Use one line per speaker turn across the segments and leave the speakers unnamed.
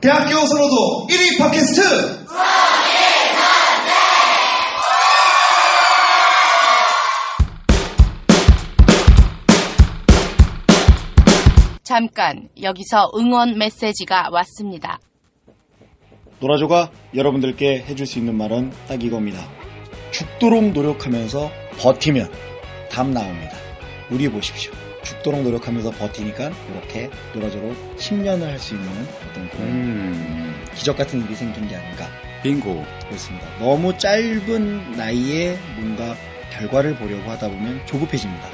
대학교 선호도 1위 팟캐스트!
잠깐 여기서 응원 메시지가 왔습니다.
노라조가 여러분들께 해줄 수 있는 말은 딱 이겁니다. 죽도록 노력하면서 버티면 답 나옵니다. 우리 보십시오. 죽도록 노력하면서 버티니까 이렇게 노라조로 10년을 할 수 있는 어떤 그런
음,
기적 같은 일이 생긴 게 아닌가
빙고.
그렇습니다. 너무 짧은 나이에 뭔가 결과를 보려고 하다 보면 조급해집니다.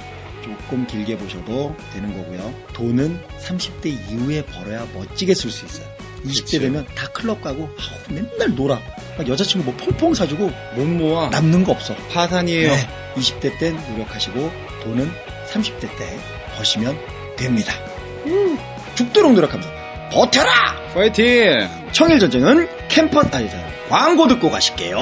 조금 길게 보셔도 되는 거고요. 돈은 30대 이후에 벌어야 멋지게 쓸 수 있어요. 20대
그치.
되면 다 클럽 가고 아우, 맨날 놀아. 막 여자친구 뭐 펑펑 사주고
못 모아.
남는 거 없어.
파산이에요.
20대 땐 노력하시고 돈은 30대 때 버시면 됩니다. 죽도록 노력하면서 버텨라!
파이팅!
청일전쟁은 캠퍼스 아니다. 광고 듣고 가실게요.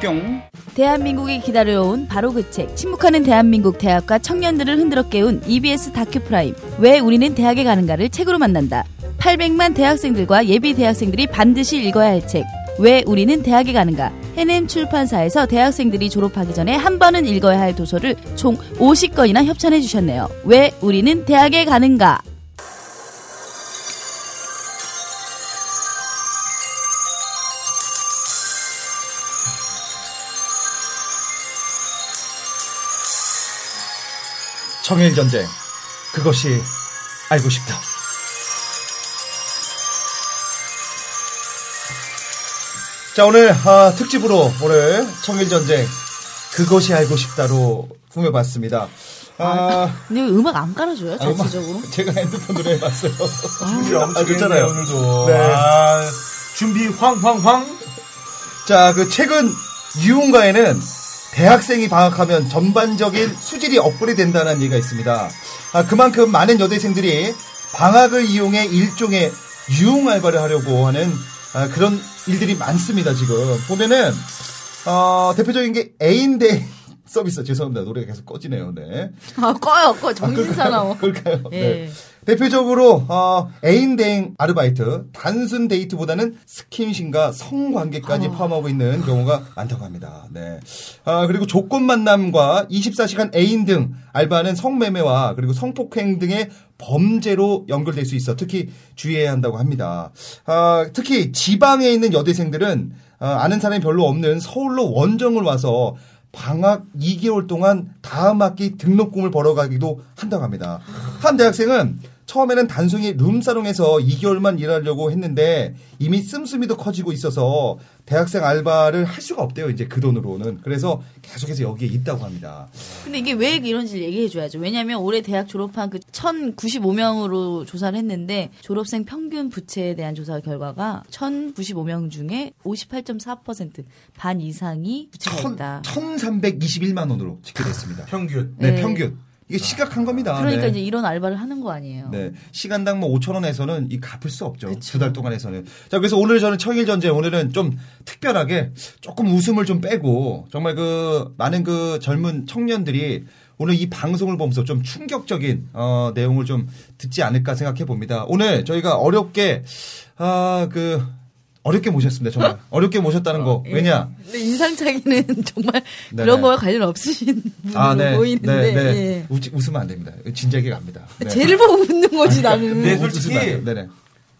뿅.
대한민국이 기다려온 바로 그 책 침묵하는 대한민국 대학과 청년들을 흔들어 깨운 EBS 다큐 프라임 왜 우리는 대학에 가는가를 책으로 만난다 800만 대학생들과 예비 대학생들이 반드시 읽어야 할 책 왜 우리는 대학에 가는가 해냄 출판사에서 대학생들이 졸업하기 전에 한 번은 읽어야 할 도서를 총 50건이나 협찬해 주셨네요 왜 우리는 대학에 가는가
청일전쟁 그것이 알고 싶다 자 오늘 아, 특집으로 오늘 청일전쟁 그것이 알고 싶다로 꾸며봤습니다 아,
근데 왜 음악 안 깔아줘요
아, 음악-
자체적으로
제가 핸드폰으로 해봤어요 아,
네
좋잖아요
오늘도
네.
아, 준비 황황황
자, 그 최근 유흥가에는 대학생이 방학하면 전반적인 수질이 업그레이드 된다는 얘기가 있습니다. 아, 그만큼 많은 여대생들이 방학을 이용해 일종의 유흥 알바를 하려고 하는 아, 그런 일들이 많습니다, 지금. 보면은, 어, 대표적인 게 애인대 서비스. 죄송합니다. 노래가 계속 꺼지네요, 네.
아 꺼요 꺼 정신 사나워
그러니까 그럴까요?
예.
네. 대표적으로 어, 애인 대행 아르바이트 단순 데이트보다는 스킨십과
아.
성관계까지 포함하고 있는 경우가 많다고 합니다. 네. 아, 그리고 조건 만남과 24시간 애인 등 알바는 성매매와 그리고 성폭행 등의 범죄로 연결될 수 있어 특히 주의해야 한다고 합니다. 아, 특히 지방에 있는 여대생들은 아, 아는 사람이 별로 없는 서울로 원정을 와서 방학 2개월 동안 다음 학기 등록금을 벌어가기도 한다고 합니다. 한 대학생은 처음에는 단순히 룸사롱에서 2개월만 일하려고 했는데 이미 씀씀이도 커지고 있어서 대학생 알바를 할 수가 없대요. 이제 그 돈으로는. 그래서 계속해서 여기에 있다고 합니다.
근데 이게 왜 이런지 얘기해줘야죠. 왜냐면 올해 대학 졸업한 그 1095명으로 조사를 했는데 졸업생 평균 부채에 대한 조사 결과가 1095명 중에 58.4%반 이상이 부채가
천,
있다.
1321만 원으로 집계됐습니다.
평균 아.
네,
네.
평균. 이게 시각한 겁니다.
그러니까
네.
이제 이런 알바를 하는 거 아니에요.
네. 시간당 뭐 5천 원에서는 이 갚을 수 없죠. 두 달 동안에서는. 자, 그래서 오늘 저는 청일 전쟁 오늘은 좀 특별하게 조금 웃음을 좀 빼고 정말 그 많은 그 젊은 청년들이 오늘 이 방송을 보면서 좀 충격적인 어, 내용을 좀 듣지 않을까 생각해 봅니다. 오늘 저희가 어렵게 아, 그 어렵게 모셨습니다. 정말 어렵게 모셨다는 거.
예.
왜냐?
근데 인상착의는 정말
네.
그런 거와 관련 없으신 분으로 보이는데
네, 네.
예.
웃지, 웃으면 안 됩니다. 진작에 갑니다. 네.
쟤를 보고 웃는 거지 나는.
네,
웃으면 안
솔직히
돼요. 네네.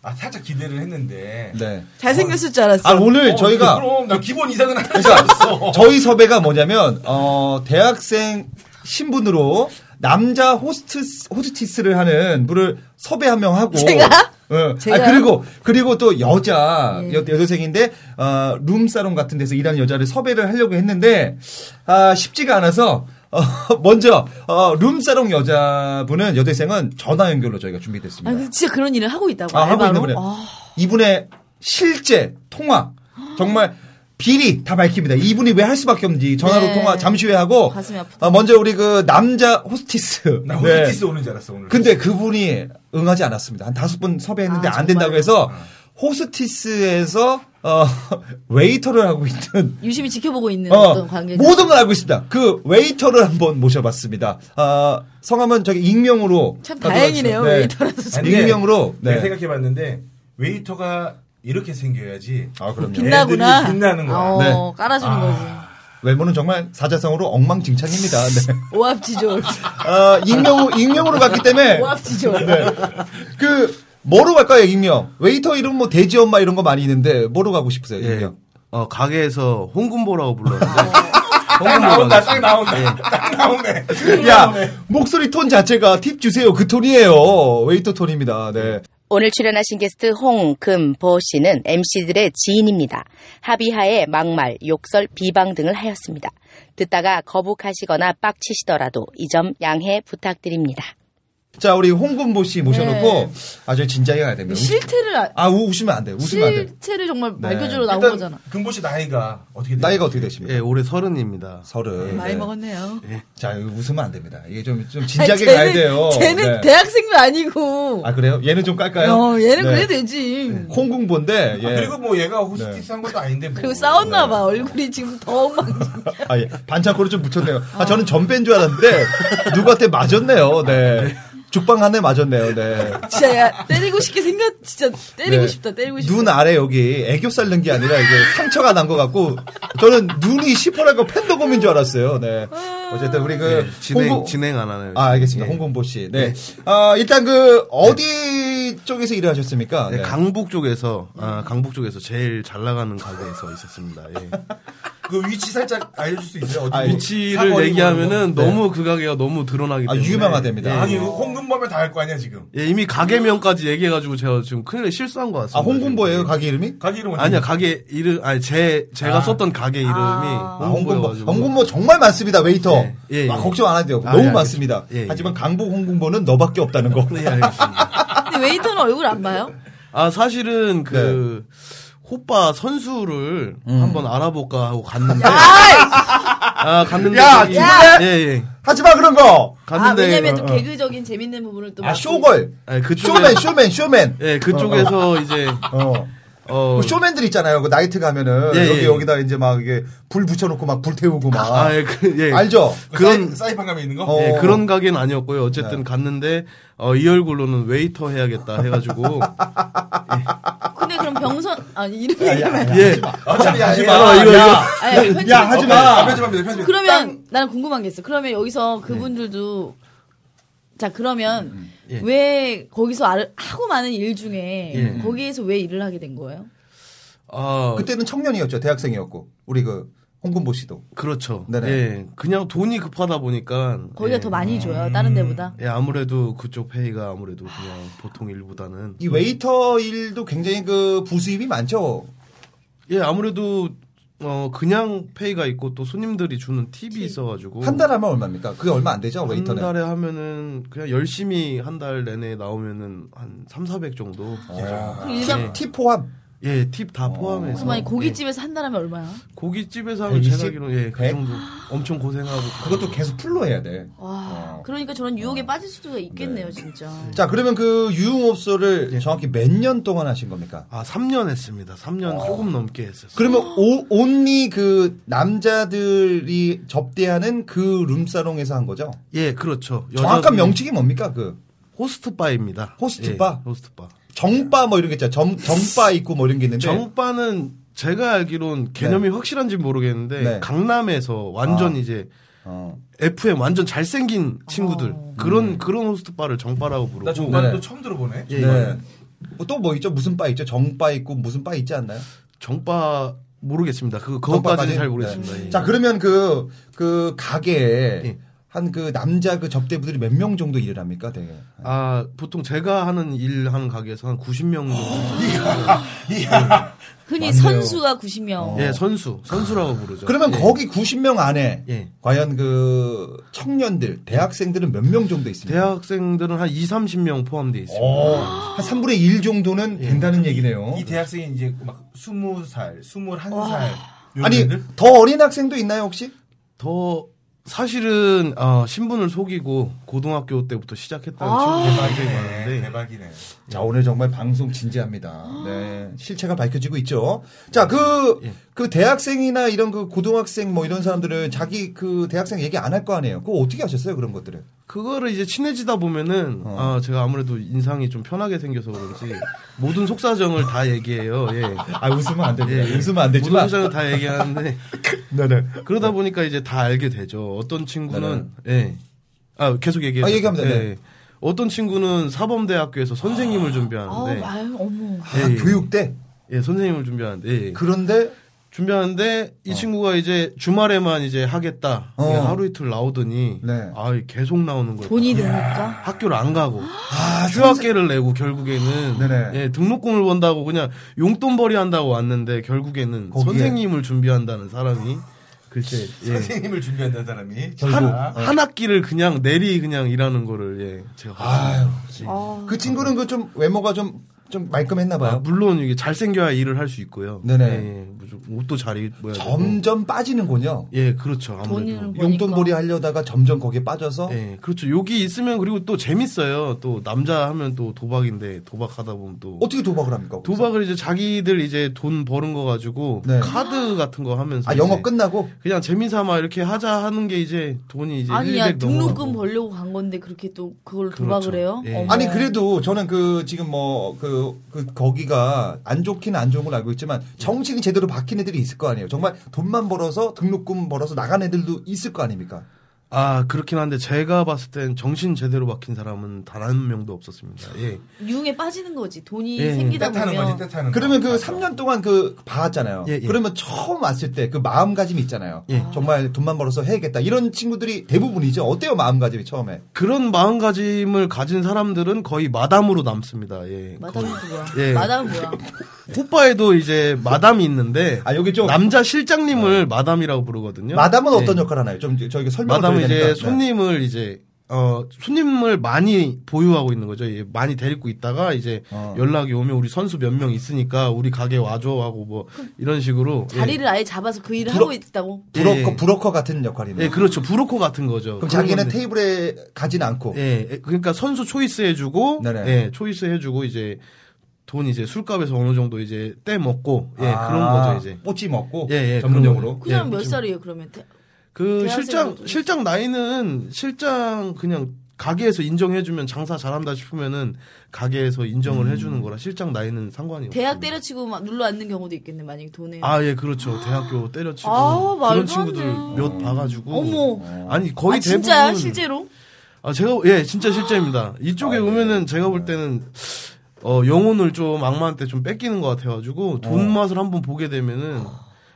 아, 살짝 기대를 했는데
네.
잘생겼을 줄 알았어.
아, 오늘
어,
저희가
그럼 나 기본 이상은 안
그러니까 저희 섭외가 뭐냐면 어, 대학생 신분으로 남자 호스트 호스티스를 하는 분을 섭외 한 명 하고
제가? 제가요?
예.
예.
아, 그리고 그리고 또 여자 여, 여대생인데 어, 룸사롱 같은 데서 일하는 여자를 섭외를 하려고 했는데 아, 쉽지가 않아서 어, 먼저 어, 룸사롱 여자분은 여대생은 전화 연결로 저희가 준비됐습니다.
아니, 근데 진짜 그런 일을 하고 있다고
아, 하고 있는
알바로?
분이에요.
아,
이분의 실제 통화 정말 비리 다 밝힙니다. 이분이 왜 할 수밖에 없는지 전화로
네.
통화 잠시 후에 하고
가슴이 아프다.
아, 먼저 우리 그 남자 호스티스
나
네.
호스티스 오는 줄 알았어 오늘
근데 그분이 응하지 않았습니다. 한 다섯 번 섭외했는데
아,
안 된다고
정말요?
해서 호스티스에서 어, 웨이터를 하고 있는
유심히 지켜보고 있는
어,
어, 떤 관계자.
모든 걸 알고 있습니다. 그 웨이터를 한번 모셔봤습니다. 아, 성함은 저기 익명으로
참
가져가시죠.
다행이네요,
네.
웨이터라서.
아니, 근데
익명으로
내가
네.
생각해봤는데 웨이터가 이렇게 생겨야지.
아, 그럼요.
빛나구나.
애들이 빛나는 거야.
어,
네.
깔아주는
아.
거지.
외모는 정말 사자성으로 엉망진창입니다. 네.
오합지졸.
아, 익명으로, 익명으로 갔기 때문에.
오합지졸.
네. 그, 뭐로 갈까요, 익명? 웨이터 이름 뭐 돼지 엄마 이런 거 많이 있는데, 뭐로 가고 싶으세요,
예.
익명?
어, 가게에서 홍군보라고 불렀는데.
딱 나온다, 딱
하겠습니다.
나온다. 네. 딱 나오네.
야, 목소리 톤 자체가 팁 주세요. 그 톤이에요. 웨이터 톤입니다. 네.
오늘 출연하신 게스트 홍, 금, 보 씨는 MC들의 지인입니다. 합의하에 막말, 욕설, 비방 등을 하였습니다. 듣다가 거북하시거나 빡치시더라도 이 점 양해 부탁드립니다.
자, 우리 홍금보 씨 모셔놓고,
네.
아, 저희 진지하게 가야 됩니다.
실태를 아-
아, 우- 우시면 안 돼요. 웃으면 안 돼요. 네.
실체를 정말 말겨주러 나온 거잖아.
일단 금보 씨 나이가 어떻게 돼요?
나이가 어떻게 되십니까?
예, 올해 서른입니다.
서른.
많이
네.
먹었네요.
자, 이거 웃으면 안 됩니다. 이게 좀, 좀
아니,
진지하게
쟤는-
가야 돼요.
쟤는
네.
대학생도 아니고.
아, 그래요? 얘는 좀 깔까요?
어, 얘는
네.
그래도 되지.
콩궁본데, 예.
아, 그리고 뭐 얘가 호스티스 한 것도 아닌데. 뭐.
그리고
네.
싸웠나봐. 얼굴이 지금 더 엉망진.
아, 예. 반창고를 좀 묻혔네요. 아, 저는 전배인 줄 알았는데, 누구한테 맞았네요. 네. 죽방 한 대 맞았네요. 네.
진짜 야, 때리고 싶게 생각, 진짜 때리고
네.
싶다, 때리고 싶다.
눈 아래 여기 애교 살는 게 아니라 이게 상처가 난 것 같고 저는 눈이 시퍼랄거 팬더곰인 줄 알았어요. 네.
아.
어쨌든 우리 그
예, 진행,
홍보-
진행 안 하나요?
아 알겠습니다.
예.
홍건보 씨. 네. 아 일단 그 어디 쪽에서 일을 하셨습니까?
네,
네.
강북 쪽에서, 아, 강북 쪽에서 제일 잘 나가는 가게에서 있었습니다. 예.
그 위치 살짝 알려줄 수 있어요? 어디
아,
뭐
위치를
사거리
얘기하면은
뭐 이런 거?
너무 그 가게가 너무 드러나기
네. 아,
때문에.
유명하답니다.
예.
아니 홍금범에 다할 거 아니야 지금?
예, 이미 가게명까지 얘기해가지고 제가 지금 큰일 날 실수한 것 같습니다.
아 홍건보예요
지금.
가게 이름이?
가게 이름은
아니야 가게 이름 아니 제 제가
아.
썼던 가게 이름이
아, 홍건보.
홍군보여가지고.
홍건보 정말 많습니다. 웨이터.
예, 예,
아,
예.
걱정 안 해도 돼요.
아,
너무
예,
많습니다.
알겠습니다. 예, 예.
하지만 강북 홍건보는 너밖에 없다는 거.
네 알겠습니다.
근데 웨이터는 얼굴 안 봐요?
아 사실은
네.
그 호빠 선수를
음.
한번 알아볼까 하고 갔는데 아 갔는데
야,
거기-
진짜?
예 예.
하지 마 그런 거.
갔는데
아, 왜냐면 또
어, 어.
개그적인 재밌는 부분을 또.
아
맡고
쇼걸.
아니, 그쪽에-
쇼맨 쇼맨 쇼맨.
예 그쪽에서 이제
어.
어
그 쇼맨들 있잖아요. 그 나이트 가면은
예,
여기
예.
여기다 이제 막 이게 불 붙여놓고 막 불태우고 막
아예그예
알죠?
그런
그런-
사이판 감에 있는 거?
어.
예, 그런 가게는 아니었고요. 어쨌든
네.
갔는데 어, 이 얼굴로는 웨이터 해야겠다 해가지고
근데 그럼 병선, 아니, 이름 얘기하면.
예
어차피 하지 마.
아, 이거 이거
아니, 편집-
야 하지 마.
편집하면 돼, 편집.
그러면 나는 궁금한 게 있어. 그러면 여기서
네.
그분들도 자
음,
그러면 왜 거기서 알- 하고 많은 일 중에
예.
거기에서 왜 일을 하게 된 거예요?
아
그때는 청년이었죠. 대학생이었고 우리 그 홍금보 씨도.
그렇죠.
네네.
예 그냥 돈이 급하다 보니까
거기가
예.
더 많이 줘요 다른 데보다.
예, 아무래도 그쪽 페이가 아무래도 그냥 보통 일보다는
이 웨이터 일도 굉장히 그 부수입이 많죠.
예, 아무래도 어 그냥 페이가 있고 또 손님들이 주는 팁이 있어가지고
한 달 하면 얼마입니까? 그게 얼마 안 되죠,
음. 한
웨이터는.
달에 하면은 그냥 열심히 한 달 내내 나오면은 한 3, 400 정도.
아.
그 일당
팁 포함
예, 팁 다
어.
포함해서.
정말 고깃집에서 한 달하면 얼마야?
어, 예, 고깃집에서 하면
120?
제가 알기로 예, 그
100?
정도 엄청 고생하고
그것도 계속 풀로 해야 돼.
와 그러니까 저런
어.
유혹에 빠질 수도 있겠네요 진짜.
자 그러면 그 유흥업소를
네.
정확히 몇 년 동안 하신 겁니까?
아, 3년 했습니다. 3년 조금 넘게 했었어요.
그러면 오, 온리 그 남자들이 접대하는 그 룸사롱에서 한 거죠?
예, 그렇죠.
정확한
여자분이
명칭이 뭡니까 그?
호스트바입니다.
호스트바?
예, 호스트바.
정바 뭐 이런 게 있잖아. 정, 정바 있고 뭐 이런 게 있는데.
정바는 제가 알기론 개념이 확실한지 모르겠는데
네. 아.
강남에서 완전 이제
어.
FM 완전 잘생긴 친구들 그런
음.
그런 호스트 바를 정바라고 부르고
나 정말
네네.
또 처음 들어보네.
예,
네.
예.
또 뭐 있죠? 무슨 바 있죠? 정바 있고 무슨 바 있지 않나요?
정바 모르겠습니다. 그 그것까지는 잘 모르겠습니다.
네.
예.
자 그러면 그 그 가게에
예.
한 그 남자 그 접대부들이 몇 명 정도 일을 합니까? 되게.
아 보통 제가 하는 일 하는 가게에서 한 90명
아.
정도
이야.
흔히 선수가 90명.
예 선수 선수라고
아.
부르죠.
그러면
예.
거기 90명 안에
예.
과연 그 청년들, 대학생들은 몇 명 정도 있습니까?
대학생들은 한 2, 30명 포함되어 있습니다.
어, 한 3분의 1 정도는
예.
된다는 얘기네요.
이 대학생이 이제 막 스무 살, 스물한 살. 요런
아니
애들?
더 어린 학생도 있나요 혹시?
더 사실은 어, 신분을 속이고 고등학교 때부터 시작했다는 친구가 굉장히
대박이네.
많은데
대박이네.
자, 오늘 정말 방송 진지합니다. 네. 실체가 밝혀지고 있죠. 자, 그,
예.
그 대학생이나 이런 그 고등학생 뭐 이런 사람들은 자기 그 대학생 얘기 안 할 거 아니에요. 그거 어떻게 하셨어요? 그런 것들을.
그거를 이제 친해지다 보면은
어.
아 제가 아무래도 인상이 좀 편하게 생겨서 그런지 모든 속사정을 다 얘기해요. 예.
아, 웃으면 안 됩니다.
예.
웃으면 안
모든
되지만.
속사정을 다 얘기하는데
네네.
그러다 보니까 이제 다 알게 되죠. 어떤 친구는 예. 아 계속 얘기해.
네. 아, 얘기하면 돼,
예,
네.
예. 어떤 친구는 사범대학교에서 선생님을
아우,
준비하는데
아유, 어머.
아,
예, 예.
교육 때?
예 선생님을 준비하는데 예.
그런데
준비하는데 이 친구가 이제 주말에만 이제 하겠다.
어.
예, 하루 이틀 나오더니
네.
아 계속 나오는 거예요.
돈이 되니까.
학교를 안 가고
아,
휴학계를 내고 결국에는
네네.
예, 등록금을 번다고 그냥 용돈벌이 한다고 왔는데 결국에는
거기에.
선생님을 준비한다는 사람이 글쎄 예.
선생님을 준비한다는 사람이
한,
자,
한 학기를 그냥 내리 그냥 일하는 거를 예, 제가
아,
봤어요.
그 친구는 그 좀 외모가 좀, 좀 말끔했나
아,
봐요.
물론 이게 잘생겨야 일을 할 수 있고요.
네네.
예, 예, 무조건 옷도 잘 입어야 되고.
점점 빠지는군요.
예, 그렇죠.
돈이는
아무래도.
용돈벌이 하려다가 점점 거기에 빠져서
예, 그렇죠. 여기 있으면 그리고 또 재밌어요. 또 남자 하면 또 도박인데 도박하다 보면 또
어떻게 도박을 합니까? 거기서?
도박을 이제 자기들 이제 돈 버는 거 가지고
네.
카드 같은 거 하면서
아, 영어
이제
끝나고?
그냥 재미삼아 이렇게 하자 하는 게 이제 돈이 이제
아니야
100
등록금
넘어가고.
벌려고 간 건데 그렇게 또 그걸
그렇죠.
도박을 해요?
예.
어머.
아니 그래도 저는 그 지금 뭐 그 그 거기가 안 좋긴 안 좋은 걸 알고 있지만 정신이 제대로 박힌 애들이 있을 거 아니에요. 정말 돈만 벌어서 등록금 벌어서 나간 애들도 있을 거 아닙니까?
아 그렇긴 한데 제가 봤을 땐 정신 제대로 박힌 사람은 단 한 명도 없었습니다. 예.
유흥에 빠지는 거지 돈이
예,
생기다
뜻하는 거지,
보면
뜻하는 거.
그러면 그
맞아.
3년 동안 그 봐왔잖아요.
음. 예, 예.
그러면 처음 왔을 때 그 마음가짐 있잖아요.
예.
정말 돈만 벌어서 해야겠다. 이런 친구들이 대부분이죠. 어때요 마음가짐이 처음에?
그런 마음가짐을 가진 사람들은 거의 마담으로 남습니다. 예.
마담이 뭐야?
예.
마담이 뭐야?
호빠에도 이제 마담이 있는데
아 여기 좀
남자 실장님을 마담이라고 부르거든요.
마담은
예.
어떤 역할 을 하나요? 좀 저희가 설명을
마담은
드려야 되니까.
이제
네.
손님을 이제 어 손님을 많이 보유하고 있는 거죠. 예, 많이 데리고 있다가 이제
어.
연락이 오면 우리 선수 몇 명 있으니까 우리 가게 와줘 하고 뭐 이런 식으로 예.
자리를 아예 잡아서 그 일을 하고 있다고?
브로커
예.
브로커 같은 역할이네요.
예, 그렇죠. 브로커 같은 거죠.
그럼
그런
자기는
건데.
테이블에 가진 않고
예, 예, 그러니까 선수 초이스 해주고,
네네.
예, 초이스 해주고 이제 돈 이제 술값에서 어느 정도 이제 떼 먹고, 예,
아,
그런 거죠 이제.
뽀찌 먹고
예, 예,
전문용어로.
그 사람
예,
몇
그렇죠.
살이에요 그러면? 대-
그
대학생도
실장
좀
실장 나이는 실장 그냥 가게에서 인정해주면 장사 잘한다 싶으면은 가게에서 인정을 해주는 거라 실장 나이는 상관이 없어요.
대학 때려치고 막 눌러 앉는 경우도 있겠네 만약에 돈에
아, 예, 그렇죠. 대학교 때려치고
아우, 말도 안
그런 친구들
돼.
몇 봐가지고.
어머.
아니 거의
아,
대부분
진짜야 실제로?
아, 제가, 예, 진짜 실제입니다.
아,
이쪽에
예.
오면은 제가 볼 때는, 어, 영혼을 좀 악마한테 좀 뺏기는 것 같아가지고, 돈
어.
맛을 한번 보게 되면은,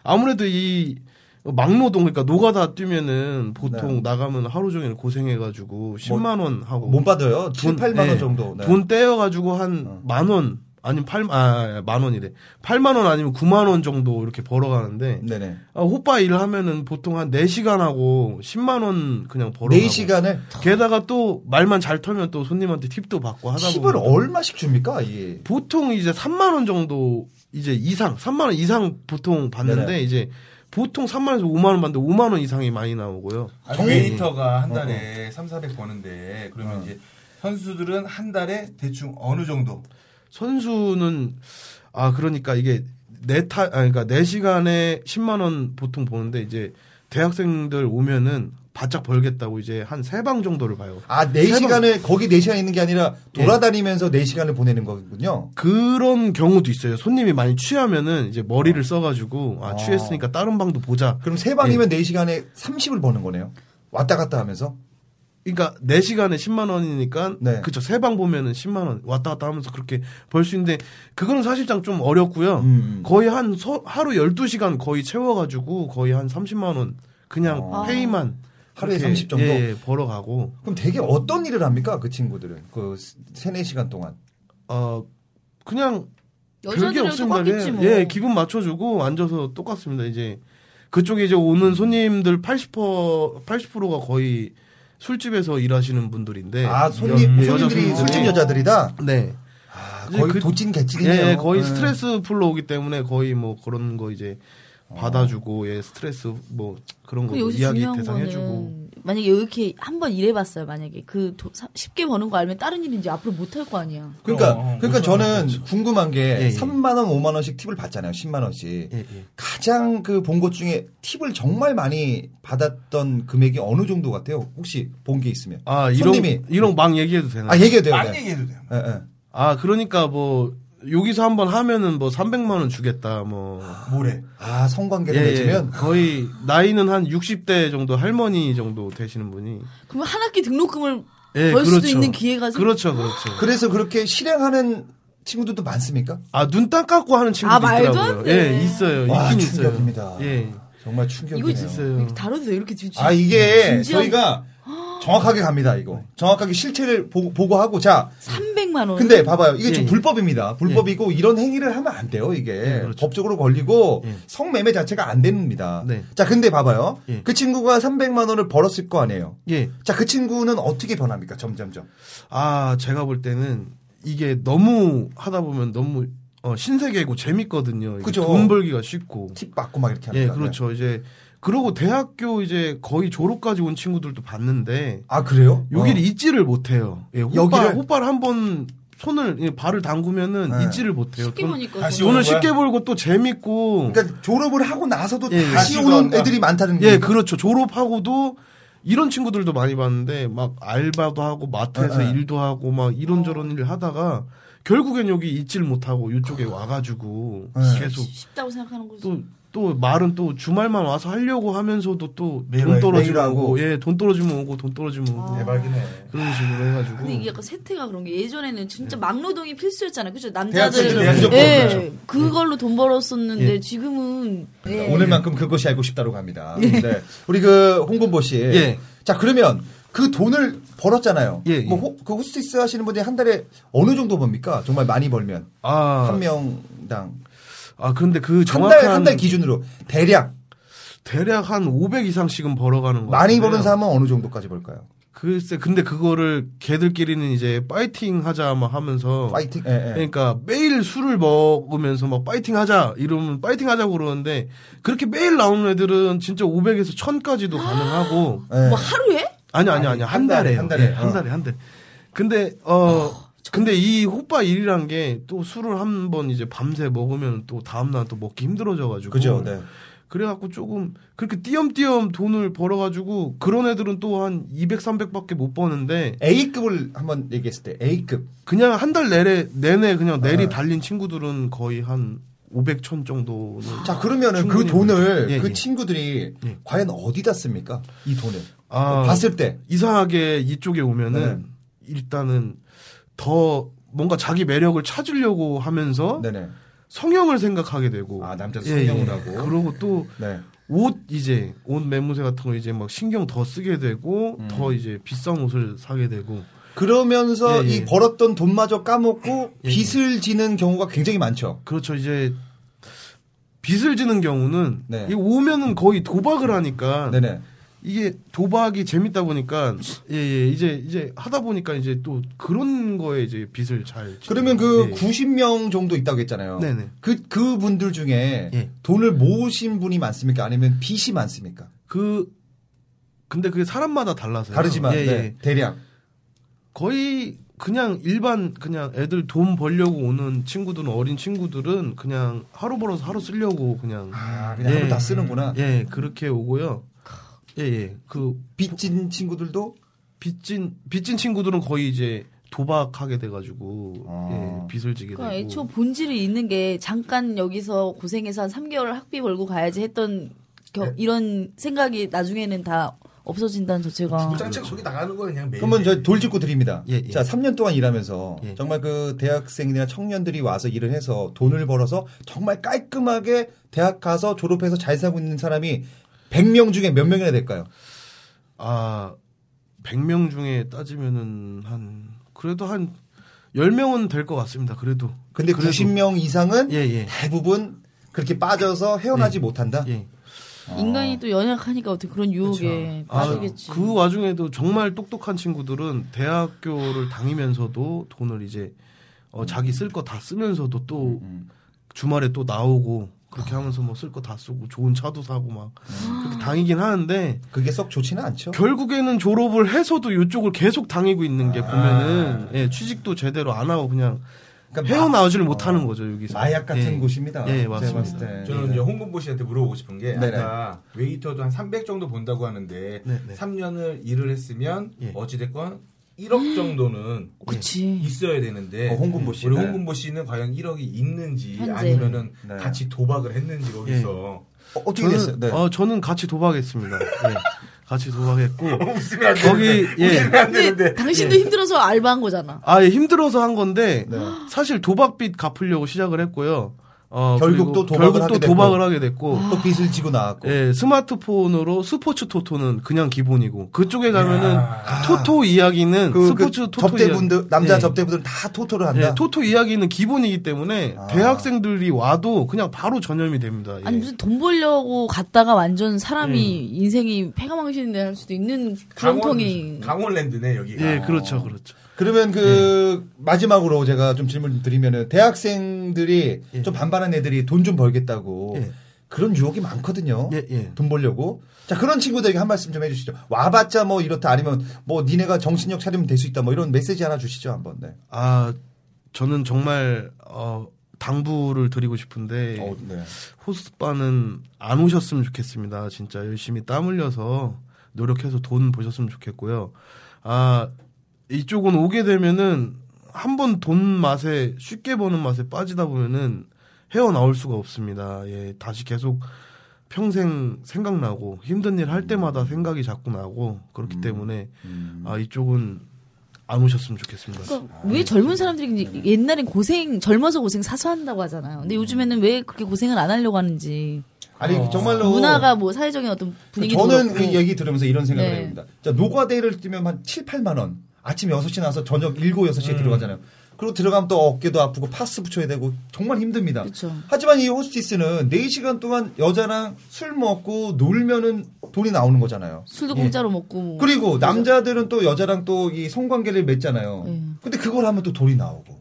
아무래도 이, 막노동, 그러니까 노가다 뛰면은 보통
네.
나가면 하루 종일 고생해가지고,
뭐
10만원 하고.
못 받아요. 7, 8만
예,
원 정도. 네.
돈 떼어가지고 한 만원, 아니면 8, 아, 만원이래. 8만원 아니면 9만원 정도 이렇게 벌어가는데,
네네.
아, 호빠 일 하면은 보통 한 4시간 하고, 10만원 그냥 벌어가고.
4시간에
게다가 또 말만 잘 털면 또 손님한테 팁도 받고 하다
팁을
보면
얼마씩 줍니까? 이
보통 이제 3만 원 정도 이제 이상 3만 원 이상 보통 받는데
네네. 이제
보통 3만 원에서 5만 원 받는데 5만 원 이상이 많이 나오고요.
아, 웨이터가
어,
한 달에 3, 400 버는데 그러면 이제 선수들은 한 달에 대충 어느 정도?
선수는 아 그러니까 이게 네타 아 그러니까 네 시간에 10만 원 보통 보는데 이제 대학생들 오면은 바짝 벌겠다고 이제 한 세 방 정도를 봐요.
아, 4시간을 거기 4시간 있는 게 아니라
예.
돌아다니면서 4시간을 보내는 거군요.
그런 경우도 있어요. 손님이 많이 취하면은 이제
어.
머리를 써가지고 아 취했으니까 다른 방도 보자.
그럼 세 방이면
예.
4시간에 30을 버는 거네요. 왔다 갔다 하면서.
그러니까 4시간에 10만 원이니까
네.
그쵸 세 방 보면은 10만 원 왔다 갔다 하면서 그렇게 벌 수 있는데 그거는 사실상 좀 어렵고요.
음.
거의 한 서- 하루 12시간 거의 채워 가지고 거의 한 30만 원 그냥 페이만
아. 하루에
그렇게,
30 정도?
예, 예, 벌어 가고
그럼 되게 어떤 일을 합니까? 그 친구들은. 그 3, 4시간 동안.
어 그냥 별게
여자들은
없습니다.
똑같겠지
그냥,
뭐.
예, 기분 맞춰 주고 앉아서 똑같습니다. 이제 그쪽에 이제 오는 손님들 80% 80%가 거의 술집에서 일하시는 분들인데
아, 손님,
예. 여-
손님들이
여자 손님들이.
술집 여자들이다?
네.
아,
이제
거의
그-
도찐
예,
개찐이네요.
예, 거의
네.
스트레스 풀러 오기 때문에 거의 뭐 그런 거 이제
어.
받아주고 예 스트레스 뭐 그런 거
그
뭐
여기서
이야기
중요한
대상 해주고
거는 만약에 이렇게 한 번 일해봤어요. 만약에 그 도, 사- 쉽게 버는 거 알면 다른 일은 이제 앞으로 못 할 거 아니야.
그러니까
어,
그러니까
무슨
저는 궁금한 게
그렇죠. 예, 예.
3만 원, 5만 원씩 팁을 받잖아요. 10만 원씩.
예, 예.
가장 그 본 것 중에 팁을 정말 많이 받았던 금액이 어느 정도 같아요? 혹시 본 게 있으면.
아 이런
손님이
이런 막 얘기해도 되나?
아 얘기해도 돼요.
안
네.
얘기해도 돼요.
예, 예.
아 그러니까 뭐 여기서 한번 하면은 뭐 300만 원 주겠다 뭐
뭐래?
아 성관계를
예, 예.
맺으면
거의 나이는 한 60대 정도 할머니 정도 되시는 분이
그러면 한 학기 등록금을
예,
벌 수도 있는 기회가 생-
그렇죠, 그렇죠.
그렇죠. 그래서 그렇게 실행하는 친구들도 많습니까?
아, 눈딱 감고 하는 친구도
아, 말도
있더라고요.
안 돼.
예, 있어요.
와,
있긴
충격입니다.
있어요. 예.
정말 충격이네요.
이거
있어요.
이렇게 다뤄도 돼요? 이렇게 주지?
아 이게
진지한-
저희가 정확하게 갑니다 이거 정확하게 실체를 보, 보고하고 자
300만 원.
근데 봐봐요 이게
예,
지금
예.
불법입니다 불법이고 이런 행위를 하면 안 돼요 이게
그렇죠.
법적으로 걸리고
예.
성매매 자체가 안 됩니다
네.
자 근데 봐봐요
예.
그 친구가 300만 원을 벌었을 거 아니에요
예.
자 그 친구는 어떻게 변합니까 점점점
아, 제가 볼 때는 이게 너무 하다 보면 너무 어, 신세계고 재밌거든요. 이게
그죠.
돈 벌기가 쉽고.
팁 받고 막 이렇게
예,
합니다 네.
그렇죠. 이제 그러고 대학교 이제 거의 졸업까지 온 친구들도 봤는데
아 그래요
여기를
어.
잊지를 못해요. 예, 호빨,
여기를?
호빨 한번 손을 예, 발을 담그면은
네.
잊지를 못해요.
쉽게
그럼
보니까.
다시
그거.
돈을
오는 거야?
쉽게 벌고 또 재밌고
그러니까 졸업을 하고 나서도
예, 예.
다시
다시
오는
돌아온다.
애들이 많다는
예,
거예요
그렇죠. 졸업하고도 이런 친구들도 많이 봤는데 막 알바도 하고 마트에서
예, 예.
일도 하고 막 이런저런 일 하다가 결국엔 여기 잊질 못하고 이쪽에 와가지고
예.
계속
쉽다고 생각하는 거지.
또. 또 말은 또 주말만 와서 하려고 하면서도 또 돈
매일
매일
떨어지면
하고.
오고 예 돈 떨어지면 오고 돈 떨어지면 오고
대박이네.
그런 식으로 해가지고
아. 근데 이게 약간 세태가 그런 게 예전에는 진짜 막노동이 필수였잖아요. 그죠?
대학생들
남자들은.
대학교
예.
그렇죠.
그걸로 돈 벌었었는데
예.
지금은
네.
네.
뭐
오늘만큼 그것이 알고 싶다고 합니다. 네. 우리 그 홍건보 씨.
예.
자 그러면 그 돈을 벌었잖아요.
예, 예.
뭐 호, 그 호스티스 하시는 분들이 한 달에 어느 정도 법니까? 정말 많이 벌면
아,
한 명당
아 근데 그
한 달 한 달
정확한
기준으로 대략
대략 한 500 이상씩은 벌어가는 거
많이 버는 사람은 어느 정도까지 벌까요?
글쎄 근데 그거를 걔들끼리는 이제 파이팅 하자 막 하면서
파이팅. 예, 예.
그러니까 매일 술을 먹으면서 막 파이팅 하자 이러면 파이팅 하자고 그러는데 그렇게 매일 나오는 애들은 진짜 500에서 1000까지도 가능하고
예.
뭐 하루에?
아니 아니 아니 한 달에
한 달에,
예, 한
어.
달에 한 달. 근데 어 근데 이 호빠 일이란 게 또 술을 한 번 이제 밤새 먹으면 또 다음 날 또 먹기 힘들어져 가지고
그죠. 네.
그래갖고 조금 그렇게 띄엄띄엄 돈을 벌어가지고 그런 애들은 또 한 200, 300밖에 못 버는데
A급을 한번 얘기했을 때 A급.
그냥 한 달 내내 내내 그냥 내리
아.
달린 친구들은 거의 한 500, 1000 정도는
자 그러면은 그
충분히
돈을
예,
그
예.
친구들이
예.
과연 어디다 씁니까? 이 돈을
아.
봤을 때.
이상하게 이쪽에
네.
오면은 일단은 더 뭔가 자기 매력을 찾으려고 하면서
네네.
성형을 생각하게 되고
아 남자
예,
성형을
예.
하고.
그러고 또
네.
옷 이제 옷 매무새 같은 거 이제 막 신경 더 쓰게 되고
음.
더 이제 비싼 옷을 사게 되고
그러면서
예, 예.
이 벌었던 돈마저 까먹고
예,
빚을 지는 경우가 굉장히 많죠.
그렇죠. 이제 빚을 지는 경우는
네.
이 오면은 거의 도박을 하니까
네네.
이게 도박이 재밌다 보니까 예예 이제 이제 하다 보니까 이제 또 그런 거에 이제 빚을 잘 지고.
그러면 그
예.
90명 정도 있다고 했잖아요.
네네.
그, 그 분들 중에
예.
돈을 모으신 분이 많습니까? 아니면 빚이 많습니까?
그 근데 그게 사람마다 달라서요.
다르지만,
예, 예.
네, 대략.
거의 그냥 일반 그냥 애들 돈 벌려고 오는 친구들은 어린 친구들은 그냥 하루 벌어서 하루 쓰려고 그냥
아, 그냥 하루
예.
다 쓰는구나.
예 그렇게 오고요. 예예 그
빚진 친구들도
빚진 빚진 친구들은 거의 이제 도박하게 돼가지고
아.
예, 빚을 지게
그러니까 애초
되고
본질이 있는 게 잠깐 여기서 고생해서 한 3개월 학비 벌고 가야지 했던 겨- 이런 생각이 나중에는 다 없어진다는 자체가
부장체 거기 나가는 거야 그냥 매일.
아, 그렇죠. 그러면 저 돌직구 드립니다.
네, 예, 예.
자, 3년 동안 일하면서
예.
정말 그 대학생이나 청년들이 와서 일을 해서 돈을 벌어서 정말 깔끔하게 대학 가서 졸업해서 잘 살고 있는 사람이 100명 중에 몇 명이나 될까요?
아 100명 중에 따지면은 한 그래도 한 10명은 될 것 같습니다. 그래도
근데
그래도-
90명 이상은
예예
대부분 그렇게 빠져서 헤어나지 못한다.
예.
아. 인간이 또 연약하니까 어떻게 그런 유혹에 빠지겠지.
그렇죠. 아그 와중에도 정말 똑똑한 친구들은 대학교를 다니면서도
음,
돈을 이제 어, 자기 쓸 거 다 쓰면서도 또 주말에 또 나오고 그렇게
아.
하면서 뭐 쓸 거 다 쓰고 좋은 차도 사고 막
음.
그렇게 당이긴 하는데
그게 썩 좋지는 않죠.
결국에는 졸업을 해서도 이쪽을 계속 당이고 있는
아.
게 보면은 예, 취직도 제대로 안 하고 그냥
그러니까
헤어나오지를
마-
못하는 거죠 여기서
마약 같은
예.
곳입니다.
예,
제가
맞습니다.
봤을 때.
네.
예.
저는 이제 홍금보 씨한테 물어보고 싶은 게
네. 네네.
아까 웨이터도 한 300 정도 본다고 하는데
네네.
3년을 일을 했으면
예.
어찌됐건 1억 정도는
그치.
있어야 되는데
어, 홍금보 씨.
우리
네.
홍금보 씨는 과연 1억이 있는지
현재.
아니면은
네.
같이 도박을 했는지 거기서
어, 어떻게 됐어요?
저는
네.
어 저는 같이 도박했습니다. 예. 같이
예.
도박했고
음.
웃으면 안
거기
되는데.
예.
웃으면 안
근데
되는데
당신도 힘들어서 알바한 거잖아.
아 예, 힘들어서 한 건데
네.
사실 도박빚 갚으려고 시작을 했고요. 어,
결국 또
그리고
도박을
결국 또
하게 됐고.
도박을 하게 됐고
또 빚을 지고 나왔고.
예, 스마트폰으로 스포츠 토토는 그냥 기본이고 그쪽에 가면은
야.
토토 이야기는
그, 그
스포츠 토토
접대분들
이야기.
남자
예.
접대분들 다 토토를 한다.
예, 토토 이야기는 기본이기 때문에
아.
대학생들이 와도 그냥 바로 전염이 됩니다. 예.
아니 무슨 돈 벌려고 갔다가 완전
음.
사람이 인생이 패가망신이 될 수도 있는 그런 통이
강원랜드네 여기가
예, 그렇죠, 그렇죠.
그러면 그
예.
마지막으로 제가 좀 질문 드리면은 대학생들이
예.
좀 반반한 애들이 돈 좀 벌겠다고
예.
그런 유혹이 많거든요.
예, 예.
돈 벌려고. 자 그런 친구들에게 한 말씀 좀 해주시죠. 와봤자 뭐 이렇다 아니면 뭐 니네가 정신력 차리면 될 수 있다 뭐 이런 메시지 하나 주시죠 한번. 네.
아, 저는 정말 어, 당부를 드리고 싶은데
어, 네.
호스바는 안 오셨으면 좋겠습니다. 진짜 열심히 땀 흘려서 노력해서 돈 보셨으면 좋겠고요. 아, 이쪽은 오게 되면은 한 번 돈 맛에 쉽게 버는 맛에 빠지다 보면은 헤어나올 수가 없습니다. 예, 다시 계속 평생 생각나고 힘든 일 할
음.
때마다 생각이 자꾸 나고 그렇기 때문에 아, 이쪽은 안 오셨으면 좋겠습니다.
그러니까 왜 젊은 사람들이 이제 옛날엔 고생 젊어서 고생 사서 한다고 하잖아요. 근데 요즘에는 왜 그렇게 고생을 안 하려고 하는지
아니 정말로
어. 문화가 뭐 사회적인 어떤 분위기도
저는
그렇고.
이 얘기 들으면서 이런 생각을
네.
해봅니다. 자, 노가대를 뛰면 한 7, 8만 원. 아침 6시 나서 저녁 7, 6시에
음.
들어가잖아요. 그리고 들어가면 또 어깨도 아프고 파스 붙여야 되고 정말 힘듭니다.
그쵸.
하지만 이 호스티스는 4시간 동안 여자랑 술 먹고 놀면은 돈이 나오는 거잖아요.
술도 공짜로 먹고 뭐.
그리고 남자들은 또 여자랑 또 이 성관계를 맺잖아요.
네.
근데 그걸 하면 또 돈이 나오고.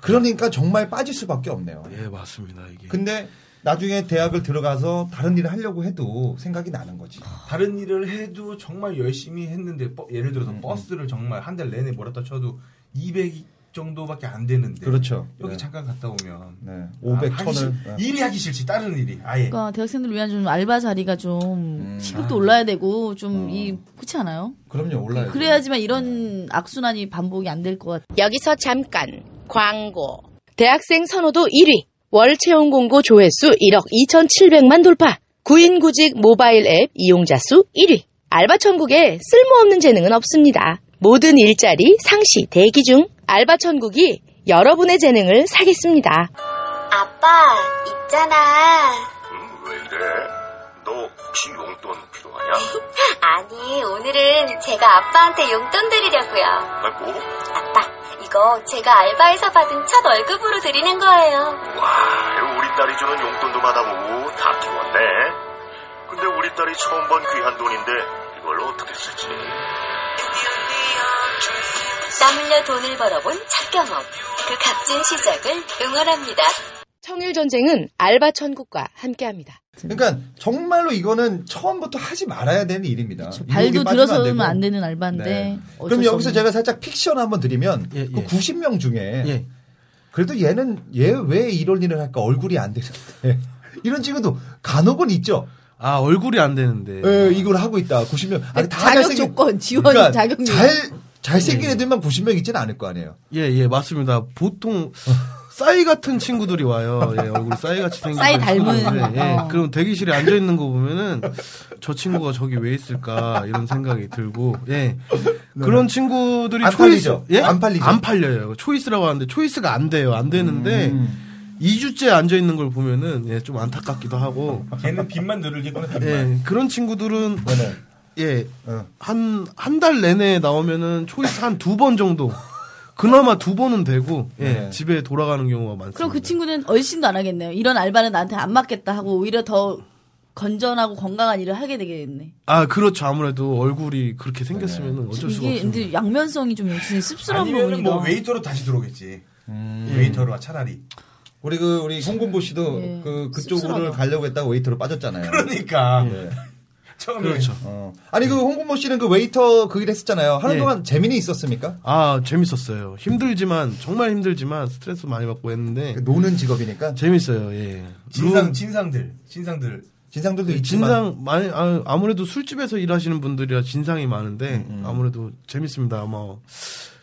그러니까 정말 빠질 수밖에 없네요.
예, 맞습니다. 이게
근데 나중에 대학을 들어가서 다른 일을 하려고 해도 생각이 나는 거지.
다른 일을 해도 정말 열심히 했는데 버- 예를 들어서
음,
버스를 정말 한 달 내내 몰았다 쳐도 200 정도밖에 안 되는데
그렇죠.
여기
네.
잠깐 갔다 오면
네. 500
아, 하기
턴을.
싫-
네.
일이 하기 싫지 다른 일이 아예
그러니까 대학생들을 위한 좀 알바 자리가 좀
음.
시급도 올라야 되고 좀
어.
이 그렇지 않아요?
그럼요, 올라요.
그래야지만 이런 악순환이 반복이 안 될 것 같아.
여기서 잠깐 광고. 대학생 선호도 1위. 월 채용 공고 조회수 1억 2,700만 돌파. 구인구직 모바일 앱 이용자 수 1위. 알바 천국에 쓸모없는 재능은 없습니다. 모든 일자리 상시 대기 중 알바 천국이 여러분의 재능을 사겠습니다.
아빠, 있잖아.
음, 왜 이래? 너 혹시 용돈 필요하냐?
아니, 오늘은 제가 아빠한테 용돈 드리려고요.
아, 뭐?
아빠, 이거 제가 알바에서 받은 첫 월급으로 드리는 거예요.
와, 우리 딸이 주는 용돈도 받아보고 다 키웠네. 근데 우리 딸이 처음 번 귀한 돈인데 이걸 어떻게 쓰지?
땀 흘려 돈을 벌어본 첫 경험. 그 값진 시작을 응원합니다.
청일 전쟁은 알바 천국과 함께합니다.
그러니까 정말로 이거는 처음부터 하지 말아야 되는 일입니다. 이게
발도
빠지면 안
들어서면
되고.
안 되는 알바인데.
네.
어쩔
그럼
수
여기서
없는-
제가 살짝 픽션 한번 드리면
예,
그
예.
90명 중에
예.
그래도 얘는 얘 왜 이런 일을 할까 얼굴이 안 되는데 이런 친구도 간혹은 있죠.
아, 얼굴이 안 되는데.
에, 이걸 하고 있다. 90명. 아니, 다
자격
잘생긴-
조건, 지원
그러니까
자격
잘 잘생긴 애들만 90명 있지는 않을 거 아니에요.
예, 예, 맞습니다. 보통 싸이 같은 친구들이 와요. 예, 얼굴 싸이 같이 생긴
싸이 닮은.
친구들. 예,
어.
그럼 대기실에 앉아 있는 거 보면은 저 친구가 저기 왜 있을까 이런 생각이 들고 예. 그런 친구들이
네. 안
초이스
팔리죠?
예?
안 팔리죠?
안 팔려요. 초이스라고 하는데 초이스가 안 돼요. 안 되는데
음.
2주째 앉아 있는 걸 보면은 예, 좀 안타깝기도 하고
그러니까
걔는 빚만 늘리거나
네.
빚만
예, 그런 친구들은
네네.
예,
어.
한 한 달 내내 나오면은 초이스 한 두 번 정도. 그나마 두 번은 되고 예,
네.
집에 돌아가는 경우가 많습니다.
그럼 그 친구는 얼씬도 안 하겠네요. 이런 알바는 나한테 안 맞겠다 하고 오히려 더 건전하고 건강한 일을 하게 되겠네.
아 그렇죠 아무래도 얼굴이
네.
그렇게 생겼으면 어쩔 수가
이게
없어요.
근데 양면성이 좀 진짜 씁쓸한
아니면
부분이다.
음.
뭐 웨이터로 다시 들어오겠지 웨이터로 와 차라리
우리 그 우리 송군보 씨도
예,
그 그쪽으로
씁쓸하다.
가려고 했다가 웨이터로 빠졌잖아요.
그러니까
예.
처음에
그렇죠.
어. 아니 그 홍군보 씨는 그 웨이터 그 일 했었잖아요. 하는
예.
동안 재미는 있었습니까?
아 재밌었어요. 힘들지만 정말 힘들지만 스트레스 많이 받고 했는데
그 노는 직업이니까
재밌어요. 예.
진상 진상들 진상들
진상들도 있지만
진상 많이 아, 아무래도 술집에서 일하시는 분들이라 진상이 많은데
음,
아무래도 재밌습니다. 아마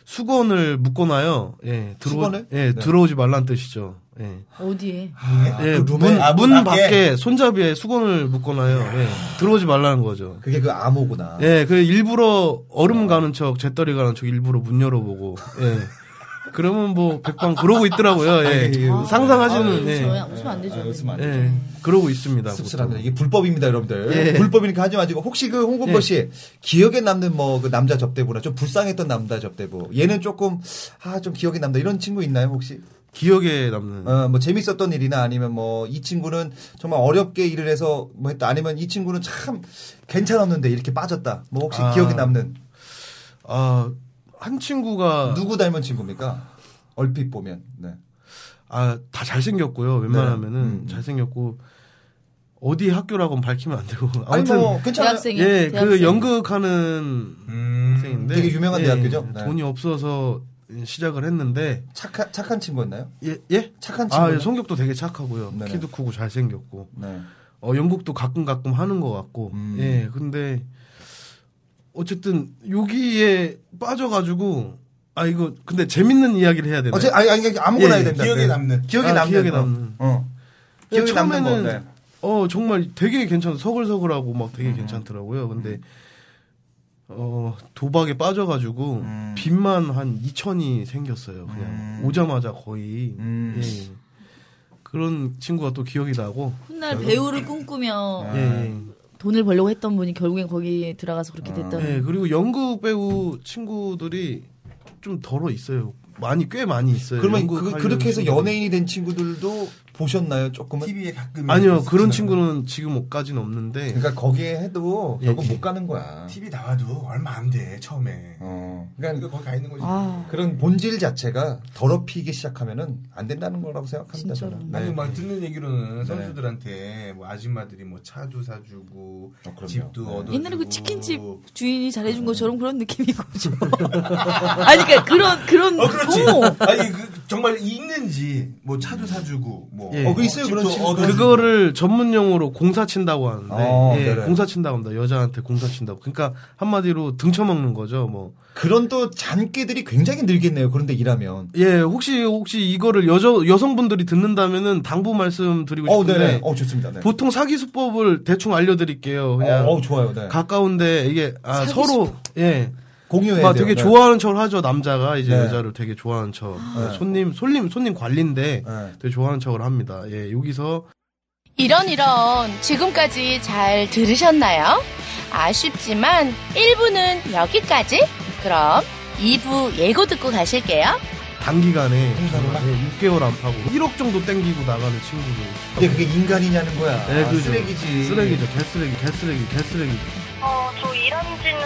수건을 묶어놔요. 예, 들어
수건을?
예,
네.
들어오지 말란 뜻이죠. 예.
어디에?
예,
그 룸에
문,
아,
문
문 밖에?
밖에. 손잡이에 수건을 묶어놔요. 예, 들어오지 말라는 거죠.
그게 그 암호구나.
예, 그 일부러 얼음 가는 척, 재떨이 가는 척 일부러 문 열어보고. 예. 그러면 뭐 백방 그러고 있더라고요. 예.
아니, 아,
상상하시는 예.
저야 웃으면 안 되죠.
아, 웃으면 안 되죠.
예. 그러고 있습니다.
씁쓸합니다.
보통.
이게 불법입니다, 여러분들.
예.
불법이니까 하지 마시고 혹시 그 홍군보
예.
씨 기억에 남는 뭐 그 남자 접대부나 좀 불쌍했던 남자 접대부 얘는 조금 아 좀 기억에 남다 이런 친구 있나요 혹시?
기억에 남는
어, 뭐 재밌었던 일이나 아니면 뭐 이 친구는 정말 어렵게 일을 해서 뭐 했다 아니면 이 친구는 참 괜찮았는데 이렇게 빠졌다. 뭐 혹시
아.
기억에 남는
아, 한 친구가
누구 닮은 친구입니까? 얼핏 보면. 네.
아, 다 잘생겼고요. 웬만하면은
네. 음.
잘생겼고 어디 학교라고는 밝히면 안 되고
아니
아무튼
뭐 괜찮아요.
대학생이
예, 그
대학생.
연극하는
음,
학생인데
되게 유명한
예,
대학교죠? 네.
돈이 없어서 시작을 했는데
착한 착한 친구였나요?
예, 예?
착한 친구.
아, 예, 성격도 되게 착하고요.
네네.
키도 크고 잘생겼고.
네.
어, 연극도 가끔 가끔 하는 것 같고.
음.
예, 근데 어쨌든 여기에 빠져가지고 아 이거 근데 재밌는 이야기를 해야 되나?
어제 아니 아니 아무거나
네. 예,
해야 됩니다.
기억에
네.
남는.
기억에
아,
남는.
기억에
거.
남는. 예,
어. 기억에 남는 거.
처음에는
네.
어 정말 되게 괜찮 서글서글하고 막 되게
음.
괜찮더라고요. 근데 어 도박에 빠져가지고
음.
빚만 한 2천이 생겼어요. 그냥
음.
오자마자 거의
음.
예. 그런 친구가 또 기억이 나고
훗날 배우를 꿈꾸며
아.
예, 예.
돈을 벌려고 했던 분이 결국엔 거기에 들어가서 그렇게 됐던.
네, 그리고 연극 배우 친구들이 좀 덜어 있어요. 많이 꽤 많이 있어요.
그러면
연극
그,
하려는
그렇게 해서
친구들이.
연예인이 된 친구들도 보셨나요? 조금은.
TV에 가끔
뭐 아니요 그런 친구는 지금까지는 없는데
그러니까 거기에 해도
예,
결국
예.
못 가는 거야.
TV 나와도 얼마 안 돼 처음에
어. 그러니까
그러니까 거기 가 있는 거지
아,
그런 본질 자체가 더럽히기 시작하면은 안 된다는 거라고 생각합니다.
진짜로.
저는.
아니
네.
막 듣는 얘기로는 선수들한테 뭐 아줌마들이 뭐 차도 사주고
아,
어, 그럼요.
집도
네.
얻어
옛날에 그 치킨집 주인이 잘해준 것처럼 그런 느낌이고. 아니, 그러니까 그런, 그런.
어 그렇지
어.
아니 그 정말 있는지 뭐 차도 사주고 뭐
예.
어, 그 있어요,
집도
그런 친구.
얻어주고.
그거를 전문 용어로 공사 친다고 하는데
어,
예,
네네.
공사 친다고 합니다. 여자한테 공사 친다고. 그러니까 한마디로 등쳐먹는 거죠. 뭐.
그런 또 잔깨들이 굉장히 늘겠네요. 그런데 일하면.
예, 혹시 혹시 이거를 여자 여성분들이 듣는다면은 당부 말씀 드리고
어,
싶은데
네. 어, 좋습니다. 네.
보통 사기 수법을 대충 알려 드릴게요. 그냥
어, 어, 좋아요. 네.
가까운데 이게 아,
사기
서로 예.
공유해야
막
돼요.
되게
네.
좋아하는 척을 하죠 남자가 이제
네.
여자를 되게 좋아하는 척 손님 손님 손님 관리인데
네.
되게 좋아하는 척을 합니다 예 여기서
이런 이런 지금까지 잘 들으셨나요? 아쉽지만 1부는 여기까지. 그럼 2부 예고 듣고 가실게요.
단기간에
공사로만?
예, 6개월 안 파고 1억 정도 땡기고 나가는 친구들
근데 그게 인간이냐는 거야.
예,
아,
그죠.
쓰레기지.
쓰레기죠 개쓰레기 개쓰레기 개쓰레기
어, 저 일한 지는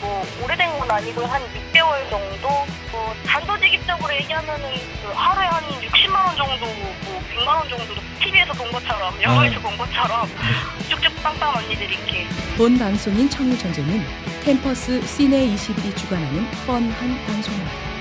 뭐 오래된 건 아니고 한 6개월 정도? 뭐 단도직입적으로 얘기하면은 그 하루에 한 60만 원 정도, 뭐 100만 원 정도 TV에서 본 것처럼, 영화에서 본 것처럼 쭉쭉 빵빵 언니들 이렇게
본 방송인 청일전쟁은 캠퍼스 시내 21이 주관하는 뻔한 방송입니다.